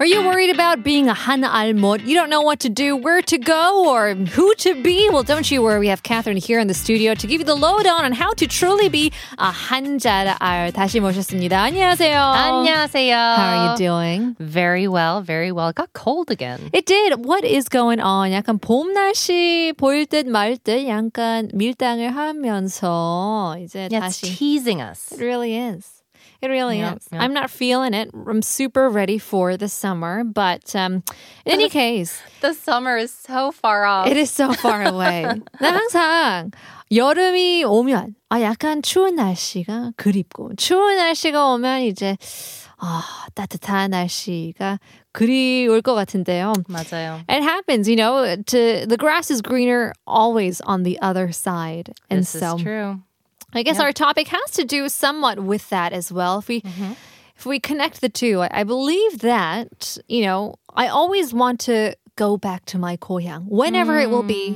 Worried about being a 한 알못? You don't know what to do, where to go, or who to be? Well, don't you worry. We have Catherine here in the studio to give you the lowdown on how to truly be a 한잘 알. 다시 모셨습니다. 안녕하세요. 안녕하세요. How are you doing? Very well, very well. It got cold again. It did. What is going on? 약간 봄 날씨 보일 듯 말 듯 약간 밀당을 하면서 이제 Yeah, it's 다시 teasing us. It really is. It really Yep, is. yep. I'm not feeling it. I'm super ready for the summer, but um, in any case, The summer is so far off. it is so far away. 난 항상 여름이 오면 아 약간 추운 날씨가 그립고 추운 날씨가 오면 이제 아 따뜻한 날씨가 그리울 것 같은데요. 맞아요. It happens, you know. To the grass is greener always on the other side, and This so is true. I guess our topic has to do somewhat with that as well. If we if we connect the two, I, I believe that you know I always want to go back to my 고향 whenever it will be.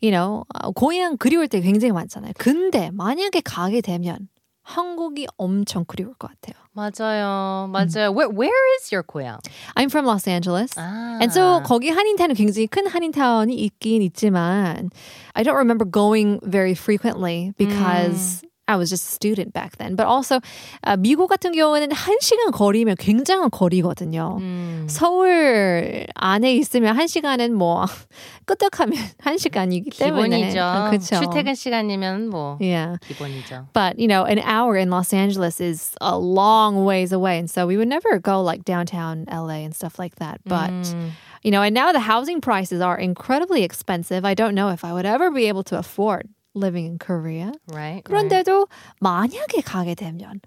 You know 어, 고향 그리울 때 굉장히 많잖아요. 근데 만약에 가게 되면 한국이 엄청 그리울 것 같아요. 맞아요. 음. 맞아요. Where, where is your 고향? I'm from Los Angeles. 아. And so 거기 한인타운은 굉장히 큰 한인타운이 있긴 있지만 I don't remember going very frequently 음. because I was just a student back then. But also 아, 미국 같은 경우는 한 시간 거리면 굉장한 거리거든요. 음. 서울 안에 있으면 한 시간은 뭐 끄떡하면 한 시간이기 때문에 예. 기본이죠. 그렇죠. 출퇴근 시간이면 뭐 Yeah. 기본이죠. But, you know, an hour in Los Angeles is a long ways away. And so we would never go like downtown LA and stuff like that. But, Mm. you know, and now the housing prices are incredibly expensive. I don't know if I would ever be able to afford living in Korea. Right. right. 그런데도 만약에 가게 되면,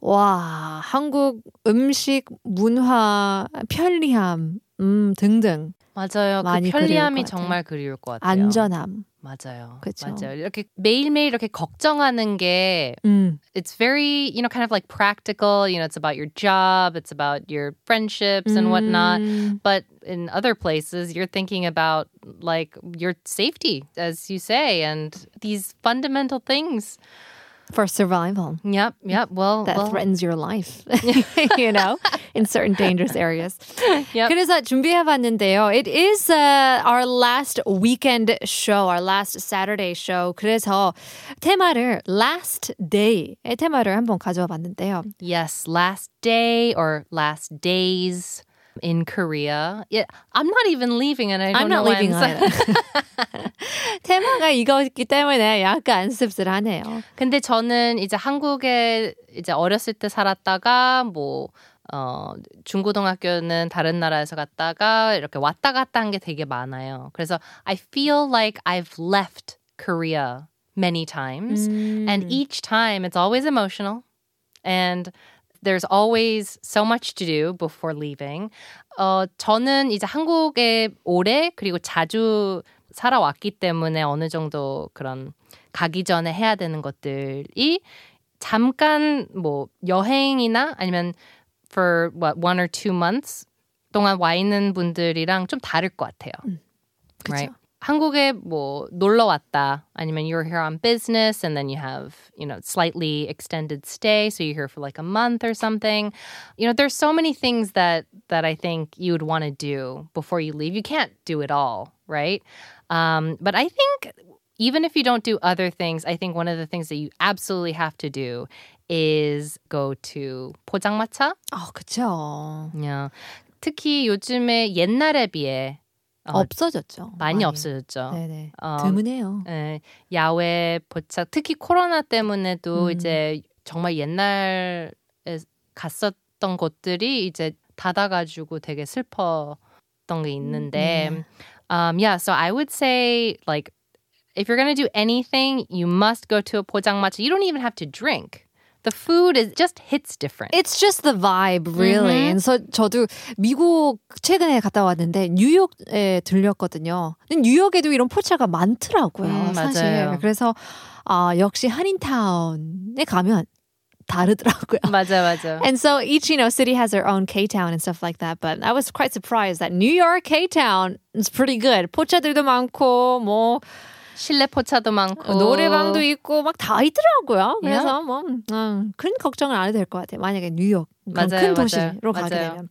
와, 한국 음식, 문화, 편리함, 음, 등등, 맞아요. 그 많이 그리울 편리함이 것 같아요. 정말 그리울 것 같아요. 안전함. 맞아요. 그쵸. 맞아요. 이렇게 매일매일 이렇게 걱정하는 게 음, it's very you know kind of like practical you know it's about your job it's about your friendships and whatnot Mm. but in other places you're thinking about like your safety as you say and these fundamental things for survival. yep yep well, that Oh, well, threatens your life, you know, in certain dangerous areas. Yep. 그래서 준비해봤는데요. It is uh, our last weekend show, our last Saturday show. 그래서 테마를 last day 테마를 한번 가져와 봤는데요. yes last day or last days in korea yeah i'm not even leaving and i don't I'm not know when, leaving so- on it. 테마가 이거였기 때문에 약간 씁쓸하네요. 근데 저는 이제 한국에 이제 어렸을 때 살았다가 뭐 어, 중고등학교는 다른 나라에서 갔다가 이렇게 왔다 갔다 한 게 되게 많아요. 그래서 I feel like I've left Korea many times 음. and Mm. e- each time it's always emotional and there's always so much to do before leaving. 어, 저는 이제 한국에 오래 그리고 자주 살아왔기 때문에 어느 정도 그런 가기 전에 해야 되는 것들이 잠깐 뭐 여행이나 아니면 for what one or two months 동안 와 있는 분들이랑 좀 다를 것 같아요. right? 한국에 뭐 놀러 왔다 아니면 you're here on business and then you have you know slightly extended stay so you're here for like a month or something you know there's so many things that that I think you would want to do before you leave you can't do it all right um, but I think even if you don't do other things I think one of the things that you absolutely have to do is go to 포장마차 아, 그쵸. yeah. 특히 요즘에 옛날에 비해 어, 없어졌죠. 많이 없어졌죠 네네. 어, 드문해요. 예, 야외 포착 특히 코로나 때문에도 음. 이제 정말 옛날에 갔었던 곳들이 이제 닫아가지고 되게 슬펐던 게 있는데 네. um, yeah so I would say like if you're gonna do anything you must go to a pojangmacha you don't even have to drink the food is just hits different It's just the vibe, really. Mhm. And so 저도 미국 최근에 갔다 왔는데 뉴욕에 들렸거든요. 근데 뉴욕에도 이런 포차가 많더라고요, 음, 사실. 맞아요. 그래서 아, 역시 한인타운에 가면 다르더라고요. 맞아 맞아 And so each, you know, city has their own K town and stuff like that. But I was quite surprised that New York K town is pretty good. 포차들도 많고 뭐 실내 포차도 많고 노래방도 있고 막 다 있더라고요. 그래서 Yeah. 뭐 음, 큰 걱정을 안 해도 될 것 같아요. 만약에 뉴욕 그런 큰 맞아요, 맞아요. 도시로 가게 맞아요. 되면.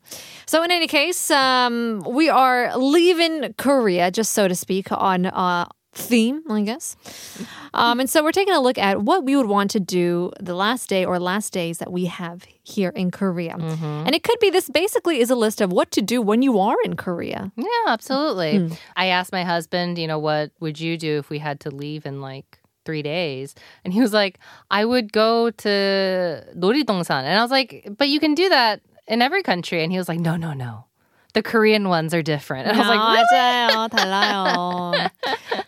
So in any case, um, we are leaving Korea, just so to speak, on uh, theme, I guess. Um, and so we're taking a look at what we would want to do the last day or last days that we have here in Korea. Mm-hmm. And it could be this basically is a list of what to do when you are in Korea. Yeah, absolutely. Hmm. I asked my husband, you know, what would you do if we had to leave in like three days? And he was like, I would go to Noridongsan. And I was like, but you can do that in every country. And he was like, no, no, no. The Korean ones are different. And I was like, "Really?" 맞아요. 달라요.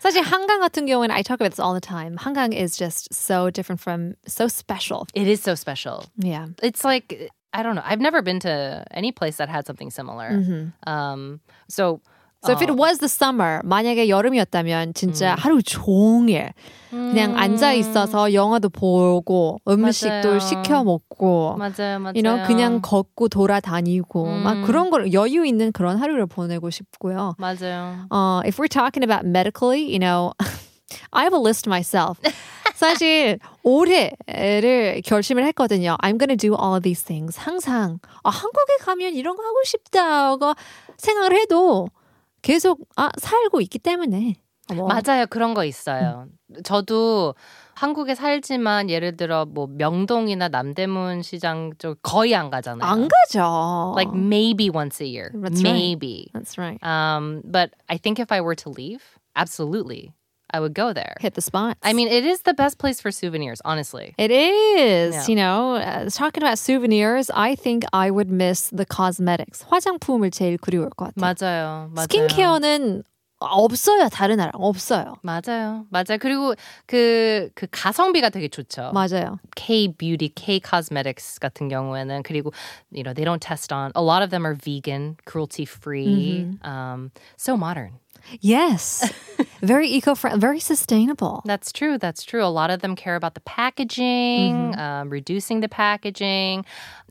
사실 한강 같은 경우는 I talk about this all the time. 한강 is just so different from so special. it is so special. Yeah. It's like, I don't know. I've never been to any place that had something similar. Mm-hmm. Um, so, So if it Oh. was the summer, 만약에 여름이었다면 음. 진짜 하루 종일 그냥 앉아 있어서 영화도 보고 음식도 맞아요. 시켜 먹고 맞아요, 맞아요. 음. you know, 그냥 걷고 돌아다니고 막 그런 걸 여유 있는 그런 하루를 보내고 싶고요. 맞아요. Uh, if we're talking about medically, you know, I have a list myself. 사실 올해를 결심을 했거든요. I'm gonna do all of these things. 항상 아, 한국에 가면 이런 거 하고 싶다고 생각을 해도 계속 아, 살고 있기 때문에 뭐, 맞아요. 그런 거 있어요. 저도 한국에 살지만 예를 들어 뭐 명동이나 남대문 시장 쪽 거의 안 가잖아요. 안 가죠. Like maybe once a year. That's right. maybe. That's right. Um but I think if I were to leave, absolutely. I would go there. Hit the spot. I mean, it is the best place for souvenirs, honestly. It is. Yeah. You know, uh, talking about souvenirs, I think I would miss the cosmetics. 화장품을 제일 그리울 것 같아요. 맞아요. 맞아요. 스킨케어는 없어요. 다른 나라 없어요. 맞아요. 맞아요. 그리고 그, 그 가성비가 되게 좋죠. 맞아요. K beauty, K cosmetics 같은 경우에는 그리고 you know they don't test on a lot of them are vegan, cruelty free, um, so modern. Yes. very eco-friendly, very sustainable. That's true. That's true. A lot of them care about the packaging, um, reducing the packaging.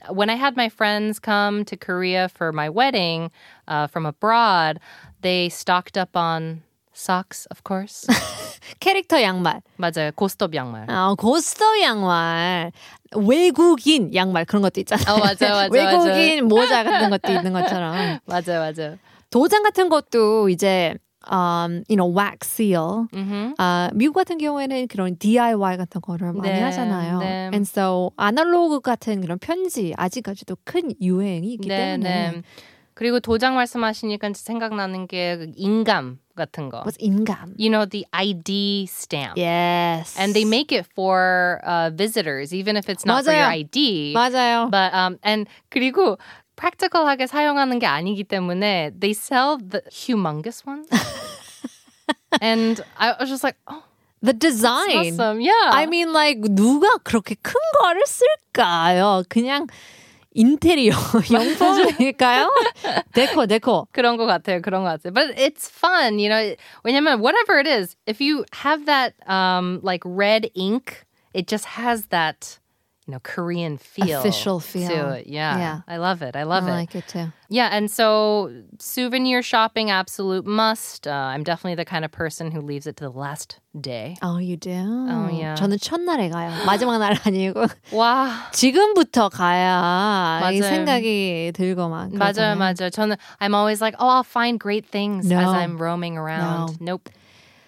When I had my friends come to Korea for my wedding uh, from abroad, they stocked up on socks, of course. 캐릭터 양말. 맞아요, 고스톱 양말. 아, 고스터 양말. 외국인 양말 그런 것도 있잖아요. 어, 맞아요, 맞아요, 외국인 모자 같은 것도 있는 것처럼. 맞아요, 맞아요. 도장 같은 것도 이제 um, you know, wax seal. 음? Mm-hmm. 아, 미국 같은 경우에는 그런 DIY 같은 거를 많이 네, 하잖아요. 네. And so 아날로그 같은 그런 편지 아직까지도 큰 유행이 네, 있기 때문에 그리고 도장 말씀하시니까 생각나는 게그 인감 같은 거. was 인감. You know the ID stamp. Yes. And they make it for uh, visitors, even if it's not for your 맞아요. ID. 맞아요. But um, and 그리고 practical하게 사용하는 게 아니기 때문에 they sell the humongous ones. and I was just like, oh, The that's design. awesome. Yeah. I mean like 누가 그렇게 큰 거를 쓸까요? 그냥 인테리어 용품일까요? 데코 데코. 그런 것 같아요. 그런 것 같아요. But it's fun, you know. 왜냐면 whatever it is, if you have that um like red ink, it just has that you know Korean feel, Official feel. to it. Yeah, Yeah. I love it. I love I it. like it too. yeah, and so souvenir shopping, absolute must. Uh, I'm definitely the kind of person who leaves it to the last day. Oh, you do. yeah. 저는 첫날에 가요. 마지막 날 아니고 Wow. 지금부터 가야 이 맞아요. 생각이 들고 막. 맞아요, 그러잖아요. 맞아요. 저는 I'm always like, oh, I'll find great things as No. I'm roaming around. Nope.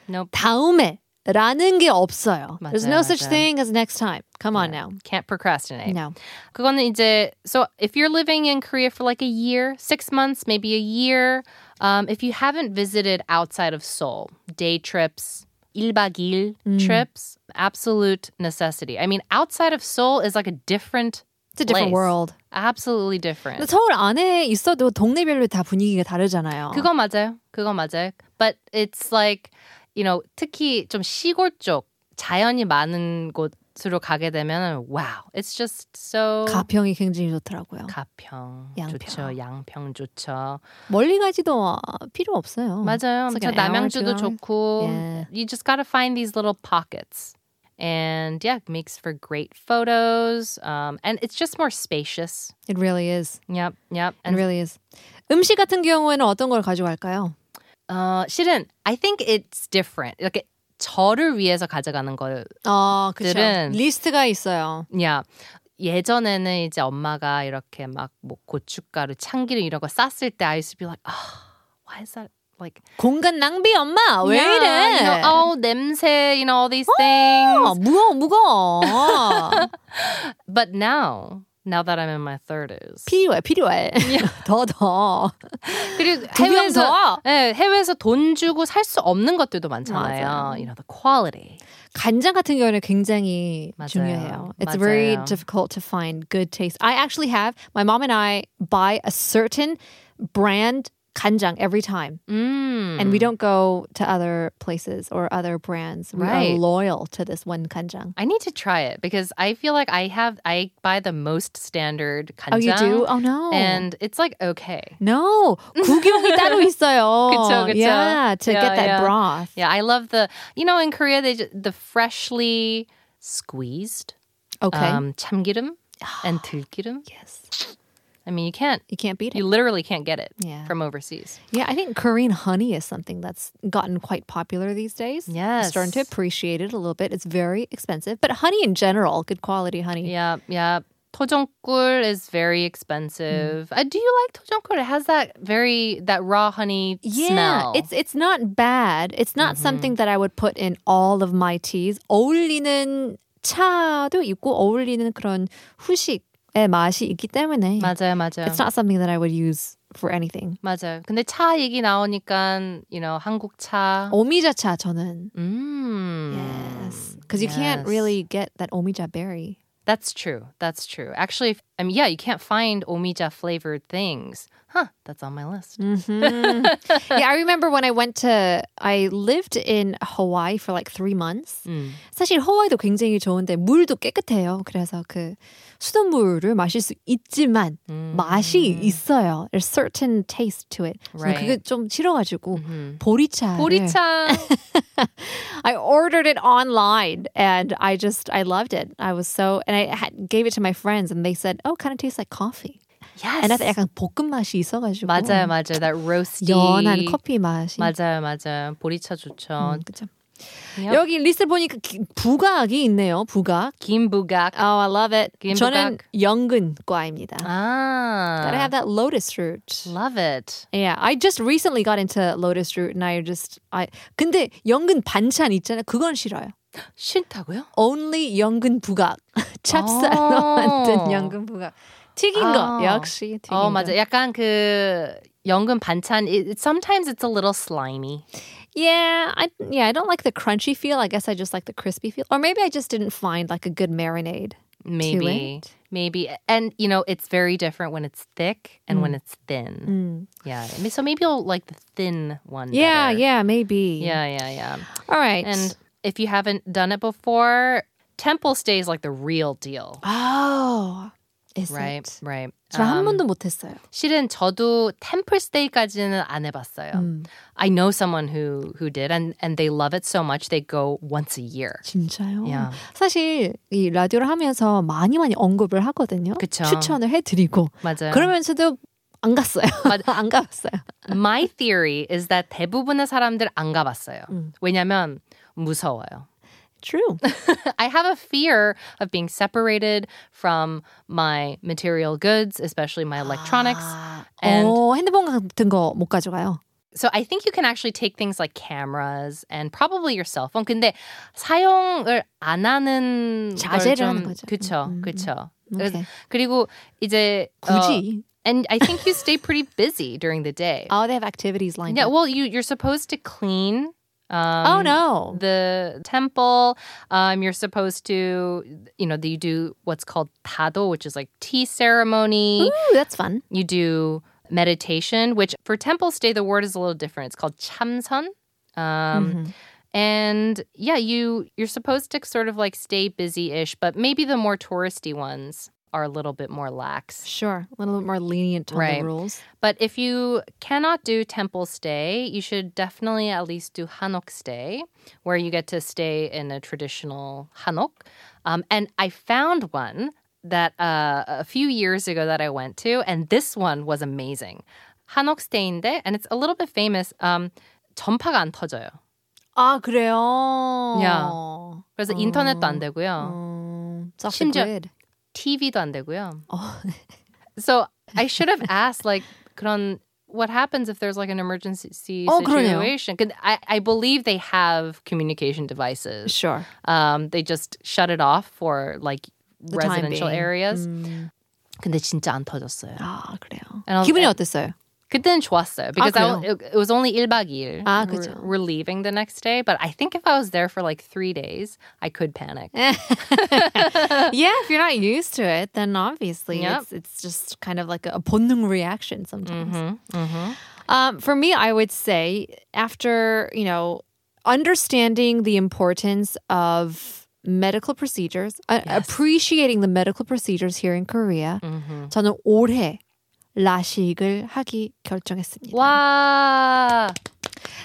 Nope. 다음에라는 게 없어요. There's no 맞아요, such 맞아요. thing as next time. Come on now. Can't procrastinate. No. 그거는 이제 so if you're living in Korea for like a year, six months, maybe a year, um, if you haven't visited outside of Seoul, day trips, 1박 2일 trips, absolute necessity. I mean, outside of Seoul is like a different, It's a different place. world. absolutely different. 근데 서울 안에 있어도 동네별로 다 분위기가 다르잖아요. 그거 맞아요. 그거 맞아요. But it's like, you know, 특히 좀 시골 쪽 자연이 많은 곳으로 가게 되면 wow, it's just so 가평이 굉장히 좋더라고요. 가평 양평. 좋죠. 양평 좋죠. 멀리 가지도 아, 필요 없어요. 맞아요. 음, It's like 저 an hour, 남양주도 two hours. 좋고. Yeah. You just gotta find these little pockets. And yeah, it makes for great photos. Um, and it's just more spacious. It really is. Yep, yep. It And really is. 음식 같은 경우에는 어떤 걸 가져갈까요? uh, 실은 I think it's different. 이렇게 저를 위해서 가져가는 걸 어, 그쵸. 들은- 리스트가 있어요. 야 예전에는 이제 엄마가 이렇게 막 뭐 고춧가루, 참기름 이런 거 쌌을 때 I used to be like, oh, why is that like 공간 낭비 엄마 아, 왜 yeah, 이래? You know, oh, 냄새, you know all these things. 어, 무거워 무거워. But now, now that I'm in my 30s. 필요해 필요해. 더 더. 그리고 두병 해외에서 더. 네, 해외에서 돈 주고 살 수 없는 것들도 많잖아요. 맞아요. You know the quality. 간장 같은 경우는 굉장히 맞아요. 중요해요. It's very 맞아요. difficult to find good taste. I actually have my mom and I buy a certain brand 간장 every time, 음. and we don't go to other places or other brands. We are Right. loyal to this one 간장. I need to try it because I feel like I have I buy the most standard Oh, you 간장. do? Oh no. And it's like okay. no, 구경이 따로 있어요. 그쵸, 그쵸. Yeah, to Yeah, get that yeah. broth. Yeah, I love the you know in Korea they just, the freshly squeezed Okay. um, 참기름 and 들기름. yes. I mean you can't You can't beat it. you literally can't get it Yeah. from overseas. Yeah, I think Korean honey is something that's gotten quite popular these days. Yes. starting to appreciate it a little bit. It's very expensive, but honey in general, good quality honey. Yeah, yeah. 토종꿀 is very expensive. Uh, do you like 토종꿀? It has that very that raw honey smell. Mm-hmm. it's it's not bad. It's not something that I would put in all of my teas. 어울리는 차도 있고 어울리는 그런 후식의 맛이 있기 때문에 맞아요, 맞아요. it's not something that I would use for anything. 맞아요. 근데 차 얘기 나오니까 you know 한국 차. 오미자차 저는 음. yes, because you can't yes. really get that omija berry. That's true. That's true. Actually, if- I mean, yeah, you can't find omija flavored things. Huh, that's on my list. Mm-hmm. yeah, I remember when I went to I lived in Hawaii for like three months. Mm. 사실 하와이도 굉장히 좋은데 물도 깨끗해요. 그래서 그 수돗물을 마실 수 있지만 Mm. 맛이 있어요. There's certain taste to it. 저는 음. Right. Mm-hmm. 그게 좀 싫어가지고 보리차. 보리차. I ordered it online and I just I loved it. I was so and I had, gave it to my friends and they said, "Oh, kind of tastes like coffee." yes. And 나도 약간 볶음 맛이 있어가지고 맞아요, 맞아요. That roasty. 연한 커피 맛이 맞아요, 맞아요. 보리차 좋죠. 음, 그쵸. Yep. 여기 리스트 보니까 그 기- 부각이 있네요. 부각. 김부각. Oh, I love it. 김 저는 부각. 연근과입니다. 아. Gotta have that lotus root. Love it. Yeah, I just recently got into lotus root, and I just I 근데 연근 반찬 있잖아요. 그건 싫어요. 싫다고요? Only 연근 부각. 찹쌀로 어. 만든 연근 부각. 튀긴 거 아. 역시 튀긴 어, 거. 맞아. 약간 그 연근 반찬 it, it- sometimes it's a little slimy. Yeah, I yeah I don't like the crunchy feel. I guess I just like the crispy feel, or maybe I just didn't find like a good marinade. Maybe. it. Maybe and you know it's very different when it's thick and when it's Mm. thin. Yeah. I mean, So maybe you'll like the thin one. Yeah, better. yeah, maybe. Yeah, yeah, yeah. All right. And if you haven't done it before, temple stay is like the real deal. oh, is Right, it? right. 저한 Um, 번도 못 했어요. 실은 저도 템플 스테이까지는 안 해봤어요. I know someone who who did, and and they love it so much they go once a year. 진짜요? Yeah. 사실 이 라디오를 하면서 많이 많이 언급을 하거든요. 그쵸. 추천을 해드리고 맞아요. 그러면서도 안 갔어요. 맞- 안 가봤어요. My theory is that 대부분의 사람들 안 가봤어요. 왜냐면 무서워요. True. I have a fear of being separated from my material goods, especially my electronics. And- 어, 핸드폰 같은 거 못 가져가요. So I think you can actually take things like cameras and probably your cell phone. 근데 사용을 안 하는 자제를 걸 좀- 하는 거죠. 그쵸, 음, 음, 그쵸. 오케이. 그리고 이제 어, 굳이. and I think you stay pretty busy during the day. Oh, they have activities lined up. Yeah, well, you you're supposed to clean. Um, Oh no. The temple. Um, you're supposed to, you know, you do what's called tado, which is like tea ceremony. Ooh, that's fun. You do meditation, which for temple stay the word is a little different. It's called chamson. Um, And yeah, you you're supposed to sort of like stay busy-ish, but maybe the more touristy ones are a little bit more lax. Sure. A little bit more lenient on Right. the rules. But if you cannot do temple stay, you should definitely at least do hanok stay, where you get to stay in a traditional hanok. Um, and I found one that uh, a few years ago that I went to, and this one was amazing. 한옥 stay인데, and it's a little bit famous. Um, 전파가 안 터져요. 아 그래요. 야. 그래서 어. 인터넷도 안 되고요. 음, it's off the 심지어- grid. TV도 안 되고요. 어. So I should have asked like 그런 what happens if there's like an emergency 어, 그러네요. situation? 근데 I I believe they have communication devices. Sure. Um they just shut it off for like The time residential being. Mm. areas. 음. 근데 진짜 안 터졌어요. 아 Ah, 그래요. And I was- 기분이 어땠어요? 그때는 좋았어요. Because I, 그래요? it, it was only 1박 2일. 아, we're, 그죠. we're leaving the next day. But I think if I was there for like three days, I could panic. yeah, if you're not used to it, then obviously Yep. it's, it's just kind of like a 본능 reaction sometimes. Mm-hmm. Um, for me, I would say after, you know, understanding the importance of medical procedures, uh, appreciating the medical procedures here in Korea, mm-hmm. 저는 올해 라식을 하기 결정했습니다. 와.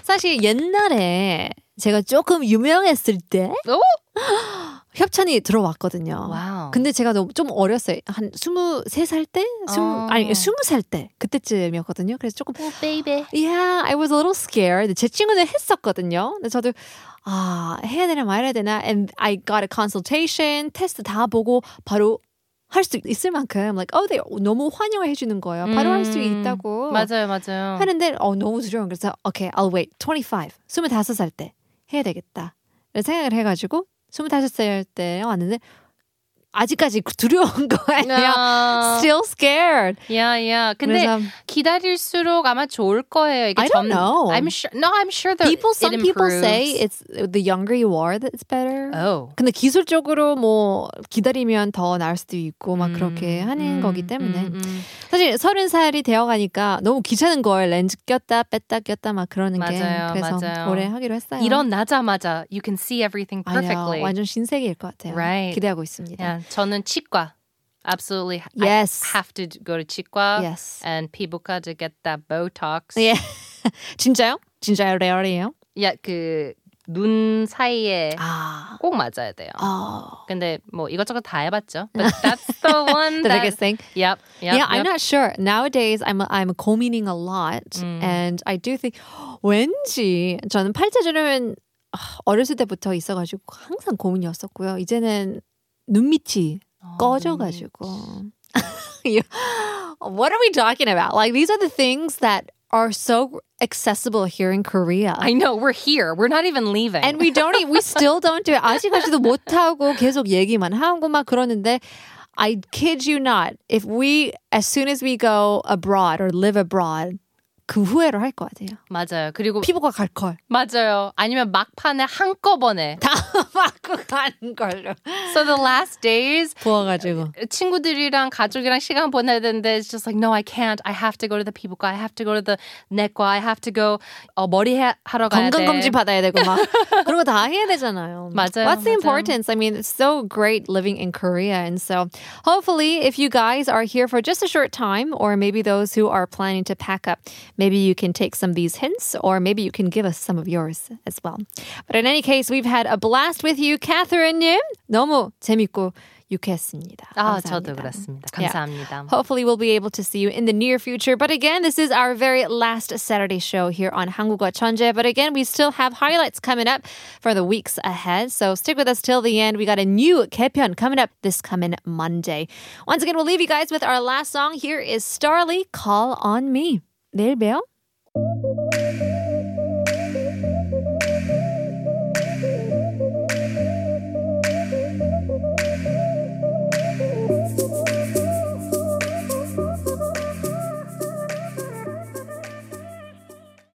사실 옛날에 제가 조금 유명했을 때 오! Oh. 협찬이 들어왔거든요. 와우. 근데 제가 너무 좀 어렸어요. 한 23살 때? 20, 어. 아니, 20살 때. 그때쯤이었거든요. 그래서 조금, 오, 베이베. yeah, I was a little scared. 제 친구는 했었거든요. 근데 저도, 아, 해야 되나 말아야 되나. And I got a consultation, 테스트 다 보고 바로 할 수 있을 만큼, like, oh, they 너무 환영해 주는 거예요. 바로 할 수 음, 있다고. 맞아요, 어. 맞아요. 하는데, 어, 너무 두려운 그래서, okay, I'll wait. 25, 25살 때 해야 되겠다. 이런 생각을 해가지고, 25살 때 왔는데, 아직까지 그 두려운 거예요. 야, still scared. 야, 야. 아. 근데 그래서 기다릴수록 아마 좋을 거예요. 이게 I don't 점- know. I'm sure. No, I'm sure that people, it some people say improves. it's the younger you are that's better. Oh. 근데 기술적으로 뭐 기다리면 더 나을 수도 있고 막 음, 그렇게 하는 음, 거기 때문에 음, 음. 사실 서른 살이 되어가니까 너무 귀찮은 걸 렌즈 꼈다 뺐다 꼈다 막 그러는 게 맞아요, 그래서 맞아요. 오래 하기로 했어요. 일어나자마자 you can see everything 아니요, perfectly. 완전 신세계일 것 같아요. Right. 기대하고 있습니다. 야, 저는 치과. Absolutely. Yes. I have to go to 치과 Yes. and 피부과 to get that Botox. 예. 진짜요? 진짜요? 레알이에요? 야, 그눈 사이에 아. 꼭 맞아야 돼요. 어. 근데 뭐 이것저것 다 해봤죠. But that's the one The that. biggest thing. Yep. yep 네, yeah, I'm yep. not sure. Nowadays, I'm I'm 고민ing a lot, 음. and I do think 왠지 저는 팔자주름은 아, 어렸을 때부터 있어가지고 항상 고민이었었고요. 이제는 눈밑이 어, 꺼져가지고. You- What are we talking about? Like these are the things that are so accessible here in Korea. I know we're here. We're not even leaving. And we don't, e- we still don't do it. 아직까지도 못하고 계속 얘기만 하고 막 그러는데, I kid you not. If we, as soon as we go abroad or live abroad, 그 후회를 할 것 같아요. 맞아요. 그리고 피부가 갈 걸. 맞아요. 아니면 막판에 한꺼번에. 다 맞고 가는 걸로. So the last days 부어가지고. 친구들이랑 가족이랑 시간 보내야 되는데 it's just like no I can't I have to go to the 피부과 I have to go to the 내과 I have to go 어, 머리 해, 하러 가야 건강검진 돼 받아야 되고 막 그런 거 다 해야 되잖아요. 맞아요, What's the 맞아요. importance? I mean, it's so great living in Korea. And so hopefully if you guys are here for just a short time or maybe those who are planning to pack up, maybe you can take some of these hints or maybe you can give us some of yours as well. But in any case, we've had a blast with you, Catherine 님. 너무 재밌고 유쾌했습니다. 아 감사합니다. 저도 그렇습니다 감사합니다 Hopefully, we'll be able to see you in the near future. But again, this is our very last Saturday show here on Hangugo Chanje. But again, we still have highlights coming up for the weeks ahead. So stick with us till the end. We got a new Kepyeon coming up this coming Monday. Once again, we'll leave you guys with our last song. Here is Starly, Call on Me. 내일 봬요.